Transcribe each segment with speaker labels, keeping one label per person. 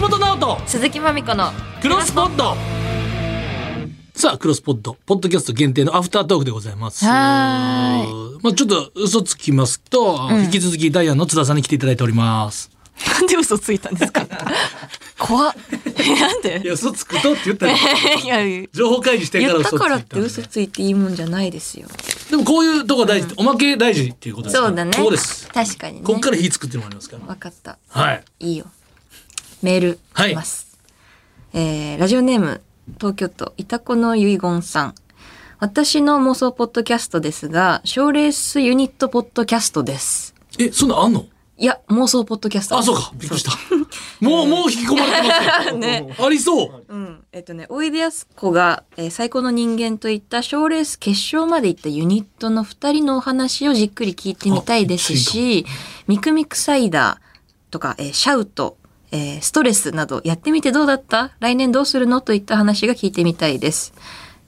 Speaker 1: 橋本直人
Speaker 2: 鈴木まみこの
Speaker 1: クロスポッドさあクロスポッドポッドキャスト限定のアフタートークでござい ます
Speaker 2: は
Speaker 1: まあちょっと嘘つきますと、引き続きダイアンの津田さんに来ていただいております
Speaker 2: なんで嘘ついたんですか 怖っ えなんで
Speaker 1: いや嘘つくとって言ったら
Speaker 2: いや言
Speaker 1: 情報開示してから
Speaker 2: っ
Speaker 1: 嘘
Speaker 2: た
Speaker 1: ついた
Speaker 2: からって嘘ついていいもんじゃないですよ
Speaker 1: でもこういうとこ大事、おまけ大事っていうことです
Speaker 2: そうだね
Speaker 1: そうです
Speaker 2: 確かにね
Speaker 1: こっから火つくっていうのもありますから
Speaker 2: わかった
Speaker 1: はい
Speaker 2: いいよメール
Speaker 1: はい
Speaker 2: 来ます、えーラジオネーム東京都いたこの遺言さん私の妄想ポッドキャストですが賞ーレースユニットポッドキャストです
Speaker 1: えそんなんあんの
Speaker 2: いや妄想ポッドキャストで
Speaker 1: あ
Speaker 2: す
Speaker 1: そうかびっく りしたもうもう引き込まれてますよ、
Speaker 2: ね
Speaker 1: ありそう
Speaker 2: うん、えっとね、おいでやすこが、えー最高の人間といった賞レース決勝まで行ったユニットの2人のお話をじっくり聞いてみたいですし、ミクミクサイダーとか、えーシャウト、えーストレスなどやってみてどうだった来年どうするのといった話が聞いてみたいです。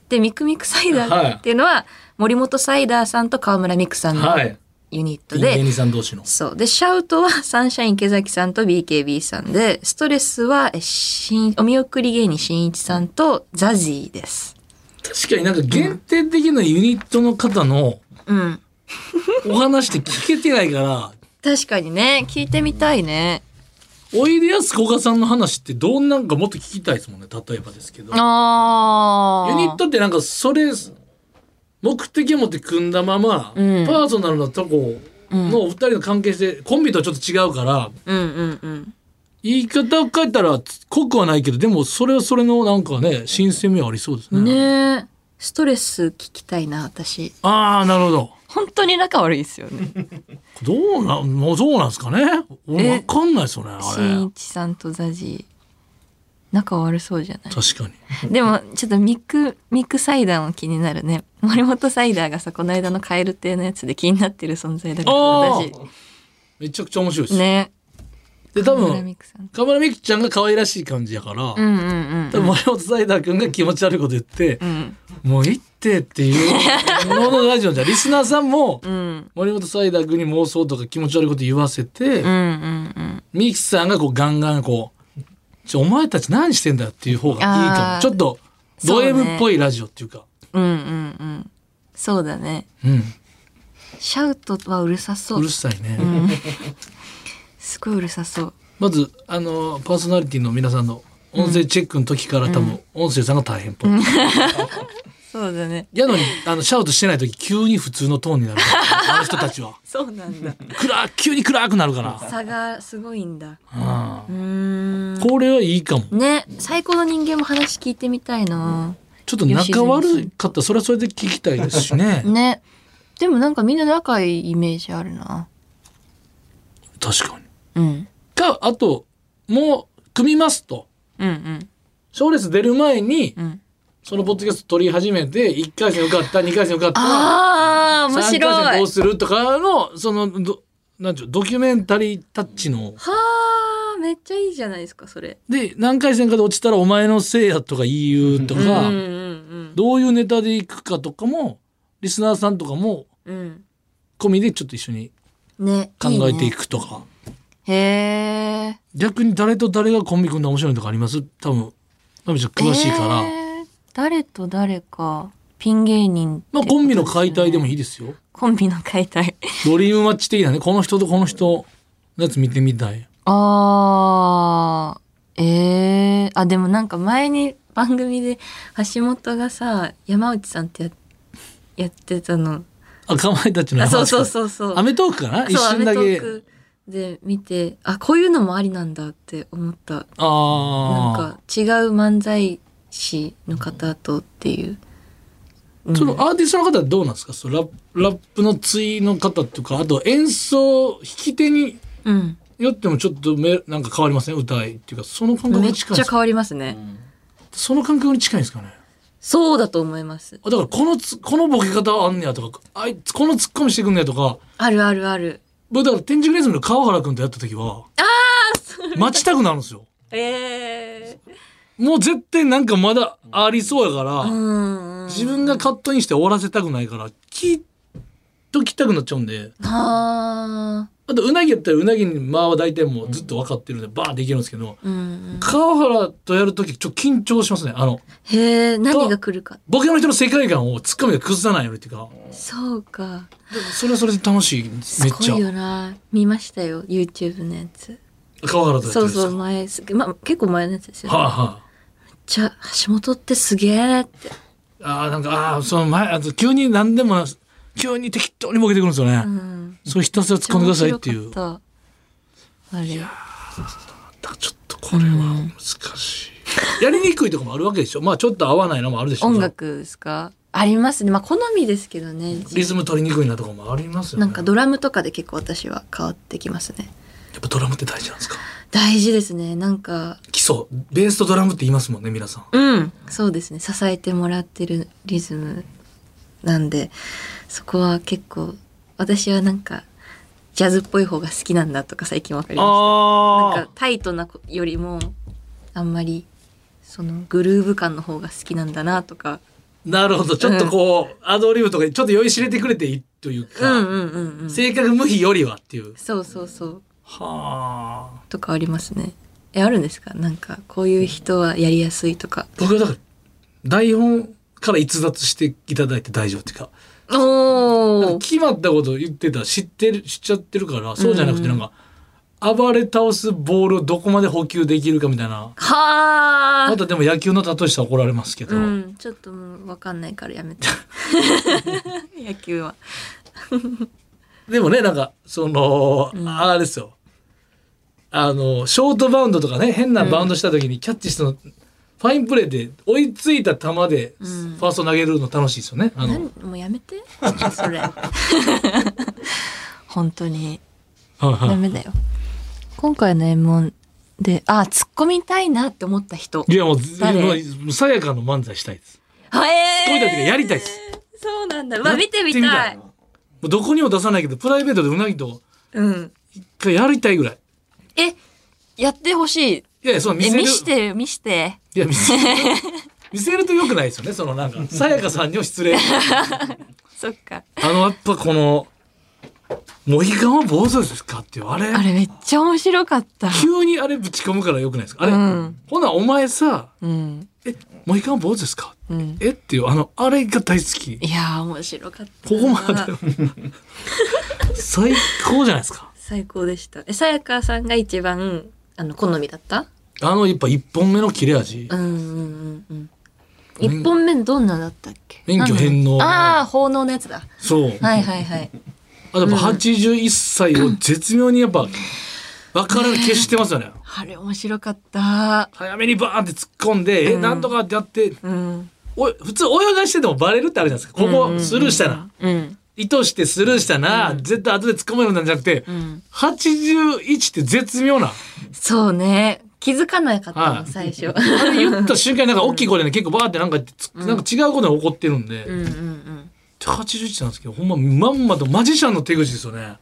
Speaker 2: で、ミクミクサイダ
Speaker 1: はい
Speaker 2: ーっていうのは、森本サイダーさんと川村美久さんの
Speaker 1: はい
Speaker 2: ユニット
Speaker 1: ピン
Speaker 2: で、
Speaker 1: 芸人さん同士の
Speaker 2: そう。で、シャウトは サンシャイン池崎さんと BKB さんで、ストレスは、えしん、お見送り芸人しんいちさんとザジーです。
Speaker 1: 確かになんか限定的なユニットの方の
Speaker 2: うん。
Speaker 1: お話って聞けてないから
Speaker 2: 確かにね、聞いてみたいね。
Speaker 1: おいでやすこがさんの話ってどうなんかもっと聞きたいですもんね例えばですけどユ
Speaker 2: あー
Speaker 1: ニットってなんかそれ目的を持って組んだまま、
Speaker 2: うん
Speaker 1: パーソナルなとこのお二人の関係して、コンビとはちょっと違うから
Speaker 2: うんうんうん。
Speaker 1: 言い方を変えたら濃くはないけどでもそれはそれのなんかね新鮮味はありそうですね
Speaker 2: ねえストレス聞きたいな、私。
Speaker 1: ああなるほど
Speaker 2: 本当に仲悪いですよね。
Speaker 1: どうなんもうそうなんですかね俺
Speaker 2: え
Speaker 1: わかんないですよねあ
Speaker 2: しん
Speaker 1: れ
Speaker 2: いちさんとザジー。仲悪そうじゃない
Speaker 1: 確かに
Speaker 2: でもちょっとミクミクサイダーも気になるね森本サイダーがさこの間のカエル亭のやつで気になってる存在だから
Speaker 1: あ
Speaker 2: 私
Speaker 1: あめちゃくちゃ面白いです、
Speaker 2: ね
Speaker 1: で多
Speaker 2: 村
Speaker 1: 分
Speaker 2: ミクさん
Speaker 1: 河村美樹ちゃんが可愛らしい感じやから、
Speaker 2: うんうん
Speaker 1: 多分森本サイダー君が気持ち悪いこと言って
Speaker 2: う、ん
Speaker 1: もう行ってっていうののラジオ じゃリスナーさんも
Speaker 2: うんうん
Speaker 1: 森本サイダー君に妄想とか気持ち悪いこと言わせて、
Speaker 2: うんうんうん
Speaker 1: 美樹さんがこうガンガンこうちょ「お前たち何してんだ」っていう方がいいかも
Speaker 2: あー
Speaker 1: ちょっとド M っぽいラジオっていうか
Speaker 2: うんうんうんそうだねシャウトはうるさ
Speaker 1: う
Speaker 2: そ
Speaker 1: ん、う
Speaker 2: う
Speaker 1: るさいね、
Speaker 2: すごいうるさそう
Speaker 1: まずあのパーソナリティの皆さんの音声チェックの時から、多分音声さんが大変っぽい、
Speaker 2: そうだね
Speaker 1: やのにあのシャウトしてない時急に普通のトーンに なるからあの人たちは
Speaker 2: そうなんだ
Speaker 1: 暗急に暗くなるから、
Speaker 2: 差がすごいんだ
Speaker 1: う
Speaker 2: うーん
Speaker 1: ん、これはいいかも
Speaker 2: ね最高の人間も話聞いてみたいな
Speaker 1: ちょっと仲悪かったらそれはそれで聞きたいですし ね
Speaker 2: ねでもなんかみんな仲いいイメージあるな
Speaker 1: 確かに
Speaker 2: うん
Speaker 1: かあともう組みますと
Speaker 2: うんうん
Speaker 1: 賞レース出る前に
Speaker 2: うん。
Speaker 1: そのポッドキャスト取り始めて1回戦受かった2回戦受かった
Speaker 2: ああ、
Speaker 1: 3
Speaker 2: 面
Speaker 1: 回戦
Speaker 2: 白い。
Speaker 1: ど
Speaker 2: は
Speaker 1: うするとかのそのどなんちゅうドキュメンタリータッチの
Speaker 2: あ、めっちゃいいじゃないですか、それ。
Speaker 1: で何回戦かで落ちたら「お前のせいや」とか言うと
Speaker 2: うん
Speaker 1: か、
Speaker 2: うん
Speaker 1: どういうネタでいくかとかもリスナーさんとかも
Speaker 2: うん。
Speaker 1: 込みでちょっと一緒に
Speaker 2: うん。ね。
Speaker 1: 考えてい
Speaker 2: く。
Speaker 1: くとか
Speaker 2: へえ。
Speaker 1: 逆に誰と誰がコンビ組んだら面白いとかあります多分まみちゃん詳しいから、
Speaker 2: えー。誰と誰か、ピン芸人って
Speaker 1: ま
Speaker 2: こ
Speaker 1: あ
Speaker 2: とですよね、
Speaker 1: コンビの解体でもい
Speaker 2: い。
Speaker 1: いですよ
Speaker 2: コンビの解 体。
Speaker 1: ドリームマッチ的なねこの人とこの人のやつ見てみたい
Speaker 2: ああ。ええあ、でもなんか前に番組で橋本がさ、山内さんってややってたの。
Speaker 1: あかまいたちの
Speaker 2: あ、そうそう
Speaker 1: う
Speaker 2: そうそう。
Speaker 1: アメトークかな一
Speaker 2: そう、ア
Speaker 1: 瞬
Speaker 2: メト
Speaker 1: だ
Speaker 2: ー
Speaker 1: け
Speaker 2: クで見て、あ、こういうのもありなんだって思った。なん
Speaker 1: あ
Speaker 2: か違う漫才師の方とっていう。う
Speaker 1: あ
Speaker 2: ん
Speaker 1: そのアーティストの方はどうなんですかそのラップラップの対の方とかあと演奏弾き手に
Speaker 2: うん。
Speaker 1: よってもちょっとめなんか変わりません歌いっていうかその感覚
Speaker 2: めっ
Speaker 1: に
Speaker 2: ち
Speaker 1: 近いんで
Speaker 2: ゃ
Speaker 1: すか
Speaker 2: 変わりますね。
Speaker 1: その感覚に近いんですかね
Speaker 2: そうだと思います。
Speaker 1: あだからこのつこのボケ方あんねやとかあいつこのツッコミしてくんねやとか
Speaker 2: あるあるある。
Speaker 1: 僕だから天竺ネズミの川原君とやった時は待ちたくなるんですよ
Speaker 2: ええ
Speaker 1: もう絶対なんかまだありそうやから、
Speaker 2: うんうん。
Speaker 1: 自分がカットインして終わらせたくないから聞いときたくなっちゃうんで
Speaker 2: あ
Speaker 1: あとうなぎやったらうなぎに間は大体もうずっと分かってるんでバーンできるんですけど
Speaker 2: うんうん、
Speaker 1: 川原とやる時ちょっと緊張しますねあの
Speaker 2: へえ何が来るか
Speaker 1: ボケの人の世界観をつかみが崩さないようにっていうか
Speaker 2: そうか
Speaker 1: でもそれはそれで楽しいんです
Speaker 2: す
Speaker 1: めっ
Speaker 2: ご
Speaker 1: ち
Speaker 2: い
Speaker 1: ゃ
Speaker 2: よな見ましたよ YouTube のやつ
Speaker 1: 川原とやって
Speaker 2: そ
Speaker 1: るん
Speaker 2: う
Speaker 1: ですか
Speaker 2: そう前すげまあ結構前のやつですよ、ね
Speaker 1: はい、はい
Speaker 2: じゃあ橋本ってすげえって、
Speaker 1: ああなんかああその前あと急に何でも急に適当にボケてくるんですよね、
Speaker 2: うん、
Speaker 1: それひたすら突っ込んでくださいってい
Speaker 2: め
Speaker 1: う
Speaker 2: っちゃ面白かったあれ
Speaker 1: だからちょっとこれは難しい、やりにくいとかもあるわけでしょまあちょっと合わないのもあるでしょ
Speaker 2: 音楽ですかありますねまあ好みですけどね
Speaker 1: リズム取りにくいなとかもありますよね
Speaker 2: なんかドラムとかで結構私は変わってきますね
Speaker 1: やっぱドラムって大事なんですか
Speaker 2: 大事ですねなんか
Speaker 1: 基礎ベースとドラムって言いますもんね皆さん
Speaker 2: うんそうですね支えてもらってるリズムなんでそこは結構私はなんかジャズっぽい方が好きなんだとか最近わかりましたなん
Speaker 1: あ
Speaker 2: かタイトなこよりもあんまりそのグルーヴ感の方が好きなんだなとか
Speaker 1: なるほどちょっとこう、アドリブとかちょっと酔いしれてくれていいという
Speaker 2: う
Speaker 1: か、
Speaker 2: んうんうんうん
Speaker 1: 性格無比よりはっていう
Speaker 2: そうそうそう
Speaker 1: はあ
Speaker 2: とかありますねえあるんですかなんかこういう人はやりやすいとか
Speaker 1: 僕はだから台本から逸脱していただいて大丈夫っていうかなん
Speaker 2: お
Speaker 1: か決まったこと言ってたら知ってる知っちゃってるからそうじゃなくてなんか、暴れ倒すボールをどこまで補給できるかみたいな
Speaker 2: はあ
Speaker 1: またでも野球の例としては怒られますけど、
Speaker 2: うん、ちょっともう分かんないからやめて 野球は
Speaker 1: でもねなんかその、
Speaker 2: うん
Speaker 1: あれですよあのショートバウンドとかね変なバウンドした時にキャッチしたの、ファインプレーで追いついた球でフ
Speaker 2: うん
Speaker 1: ァースト投げるの楽しいですよね。あ
Speaker 2: なん
Speaker 1: の
Speaker 2: もうやめてそれ 本当に
Speaker 1: はい
Speaker 2: ダ
Speaker 1: は
Speaker 2: メだよ今回の M1 であ突っ込みたいなって思った人
Speaker 1: いいやもう
Speaker 2: 誰
Speaker 1: もうさやかの漫才したいです。
Speaker 2: はえ
Speaker 1: どういった時やりたいです
Speaker 2: そうなんだまあ見てみ
Speaker 1: や
Speaker 2: た
Speaker 1: って
Speaker 2: い
Speaker 1: みもうどこにも出さないけどプライベートでうなぎと
Speaker 2: うん
Speaker 1: 一回やりたいぐらい。
Speaker 2: えやってほしい
Speaker 1: いやいや、その見
Speaker 2: え
Speaker 1: せる。
Speaker 2: 見して見して
Speaker 1: いや、見せる。見せると良くないですよね。そのなんか、さやかさんにも失礼。
Speaker 2: そっか
Speaker 1: あの、やっぱこの、モヒカンは坊主ですかっていう、あれ
Speaker 2: あれめっちゃ面白かった
Speaker 1: 急にあれぶち込むから良くないですかあれ、
Speaker 2: うん
Speaker 1: ほな、お前さ、
Speaker 2: うん
Speaker 1: え、モヒカンは坊主ですか
Speaker 2: うん
Speaker 1: えっていう、あの、あれが大好き。こ
Speaker 2: いやー面白かったな
Speaker 1: こまで。最高じゃないですか。
Speaker 2: 最高でしたえさやかさんが一番あの好みだった
Speaker 1: あの、やっぱ一本目の切れ味
Speaker 2: う。んうんうんうん
Speaker 1: 免
Speaker 2: 一本目どんなだったっけ
Speaker 1: 免許返納
Speaker 2: なんだろうああ奉納のやつだ
Speaker 1: そう。
Speaker 2: はいはいはい
Speaker 1: あとやっぱ81歳を絶妙にやっぱ、分からな消してますよね。
Speaker 2: あれ面白かった
Speaker 1: 早めにバーンって突っ込んで、え、
Speaker 2: うん
Speaker 1: なんとかってやって、
Speaker 2: うん
Speaker 1: おい普通泳がしててもバレるってあるじゃないですか。ここスルーしたな。
Speaker 2: うん
Speaker 1: 意図してスルーしたな。絶対後で突っ込めるんじゃなくて、
Speaker 2: うん
Speaker 1: 81って絶妙な。
Speaker 2: そうね気づかなかった
Speaker 1: は
Speaker 2: の
Speaker 1: い
Speaker 2: 最 初
Speaker 1: あれ言った瞬間になんか大きい声でね、結構バーってなんか言ってつ、なんか違うことが起こってるんで、
Speaker 2: うんうんうん
Speaker 1: 81なんですけど、ほんままんまとマジシャンの手口ですよね。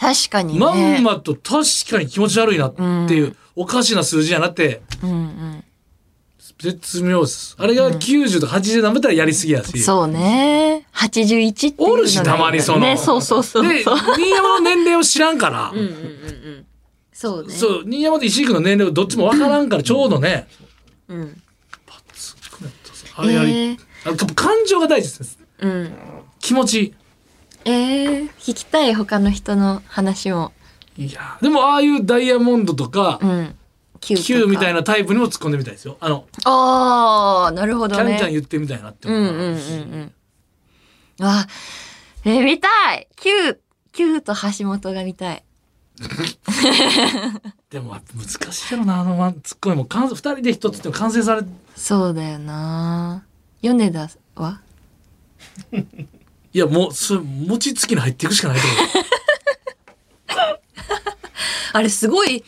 Speaker 2: 確かにね
Speaker 1: まんまと確かに気持ち悪いなっていう、
Speaker 2: う
Speaker 1: おかしな数字やなって、
Speaker 2: うんうん
Speaker 1: 絶妙です。あれが90とか80舐めたらやりすぎやし。
Speaker 2: そうね81っていうのが
Speaker 1: おるしたまにその
Speaker 2: ねそうそうそう
Speaker 1: で、
Speaker 2: そう
Speaker 1: 新山の年齢を知らんから、
Speaker 2: うんうんうんうんそうね
Speaker 1: そう、新山と石井君の年齢をどっちもわからんから、ちょうどね、
Speaker 2: うん
Speaker 1: すっごいやったぞあれやり、
Speaker 2: えー
Speaker 1: あやっぱ感情が大事です。
Speaker 2: うん
Speaker 1: 気持ちい
Speaker 2: えー、聞きたい他の人の話も。
Speaker 1: い。いやーでもああいうダイヤモンドとか、
Speaker 2: うん。Q, とか
Speaker 1: Q みたい。なタイプにも突っ込んでみたいですよ。あの、
Speaker 2: ああ、なるほ
Speaker 1: キ
Speaker 2: ど
Speaker 1: ャン
Speaker 2: ね。
Speaker 1: キャン言ってみたいなって
Speaker 2: うん
Speaker 1: 思
Speaker 2: う
Speaker 1: う。
Speaker 2: んうんうん。わあ、えー見たい !Q、Q と橋本が見たい。
Speaker 1: でもやっぱ難しいだろうな、あのま突っ込みも。完二人で一つっても完成され、い
Speaker 2: そうだよな米田は
Speaker 1: やもう、それ、餅つきに入っていくしかないと思う。
Speaker 2: あれすごい、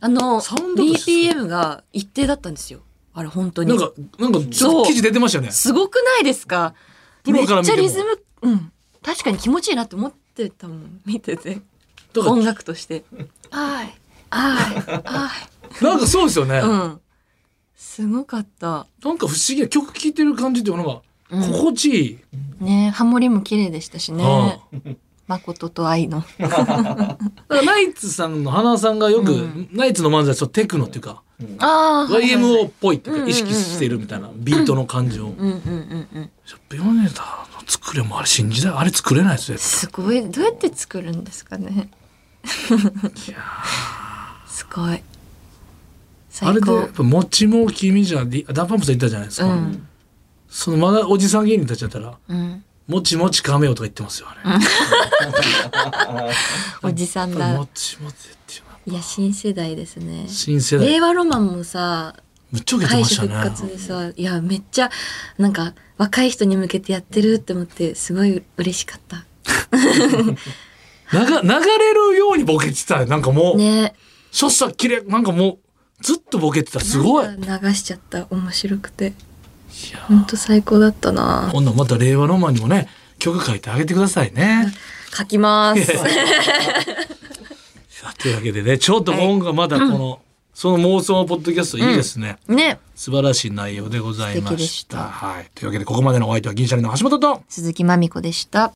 Speaker 2: あの、
Speaker 1: サウンドとして
Speaker 2: BPM が一定だったんですよ。あれ本当に。
Speaker 1: なんか、なんか、ちょっと記事出てましたよね。
Speaker 2: すごくないですか
Speaker 1: プロから見ても
Speaker 2: めっちゃリズム、うん。確かに気持ちいいなって思ってたもん、見てて。
Speaker 1: だか
Speaker 2: 音楽として。あい、あい、あ
Speaker 1: ら、なんかそうですよね。
Speaker 2: い。うん。すごかった。
Speaker 1: なんか不思議な曲聴いてる感じっていうのが
Speaker 2: うん
Speaker 1: 心地いい。
Speaker 2: ねハモリも綺麗でしたしね。
Speaker 1: う
Speaker 2: 誠と愛の。
Speaker 1: だからナイツさんの花さんがよく、
Speaker 2: うん
Speaker 1: ナイツの漫才はちょっとテクノっていうか、
Speaker 2: ああ。
Speaker 1: YMO っぽいっていう
Speaker 2: うんうんう
Speaker 1: か
Speaker 2: ん
Speaker 1: 意識してるみたいなビートの感じを。
Speaker 2: うんうんうんうん。
Speaker 1: ヨネダの作れもあれ信じないあれ作れないですよ。
Speaker 2: すごい。どうやって作るんですかね。
Speaker 1: いや
Speaker 2: すごい。
Speaker 1: あ
Speaker 2: 最
Speaker 1: れでや
Speaker 2: 高
Speaker 1: っ。ぱ「もちも君じゃ」でダンパンプさん言ったじゃないです
Speaker 2: う
Speaker 1: か、
Speaker 2: ん。
Speaker 1: そのまだおじさん芸人たちだったら
Speaker 2: うん。
Speaker 1: 「もちもち亀よ」とか言ってますよあれ。
Speaker 2: おじさん
Speaker 1: やっぱ
Speaker 2: だ
Speaker 1: も。ちもちっていうのはい
Speaker 2: や、新世代ですね。
Speaker 1: 新世代
Speaker 2: 令和ロマンもさ、
Speaker 1: むっちゃ受けて
Speaker 2: 敗
Speaker 1: まし
Speaker 2: 者
Speaker 1: た
Speaker 2: 復活
Speaker 1: ね。
Speaker 2: でさ、いや、めっちゃ、なんか、若い人に向けてやってるって思って、すごい嬉しかった。
Speaker 1: なが流れるようにボケてたよなんかもう、
Speaker 2: ね。
Speaker 1: 所作きれなんかもうずっとボケてたすごい。い
Speaker 2: なんか流しちゃった。面白くて。
Speaker 1: や
Speaker 2: ほんと最高だったな。
Speaker 1: 今度また令和ロマンにもね曲書いてあげてくださいね。
Speaker 2: 書き ます。
Speaker 1: さあというわけでねちょっと今後まだこの、その妄想ポッドキャストいいですね、
Speaker 2: ね。
Speaker 1: 素晴らしい内容でございま
Speaker 2: 素敵で
Speaker 1: し
Speaker 2: したた
Speaker 1: はいというわけでここまでのお相手は銀シャリの橋本と
Speaker 2: 鈴木まみこでした。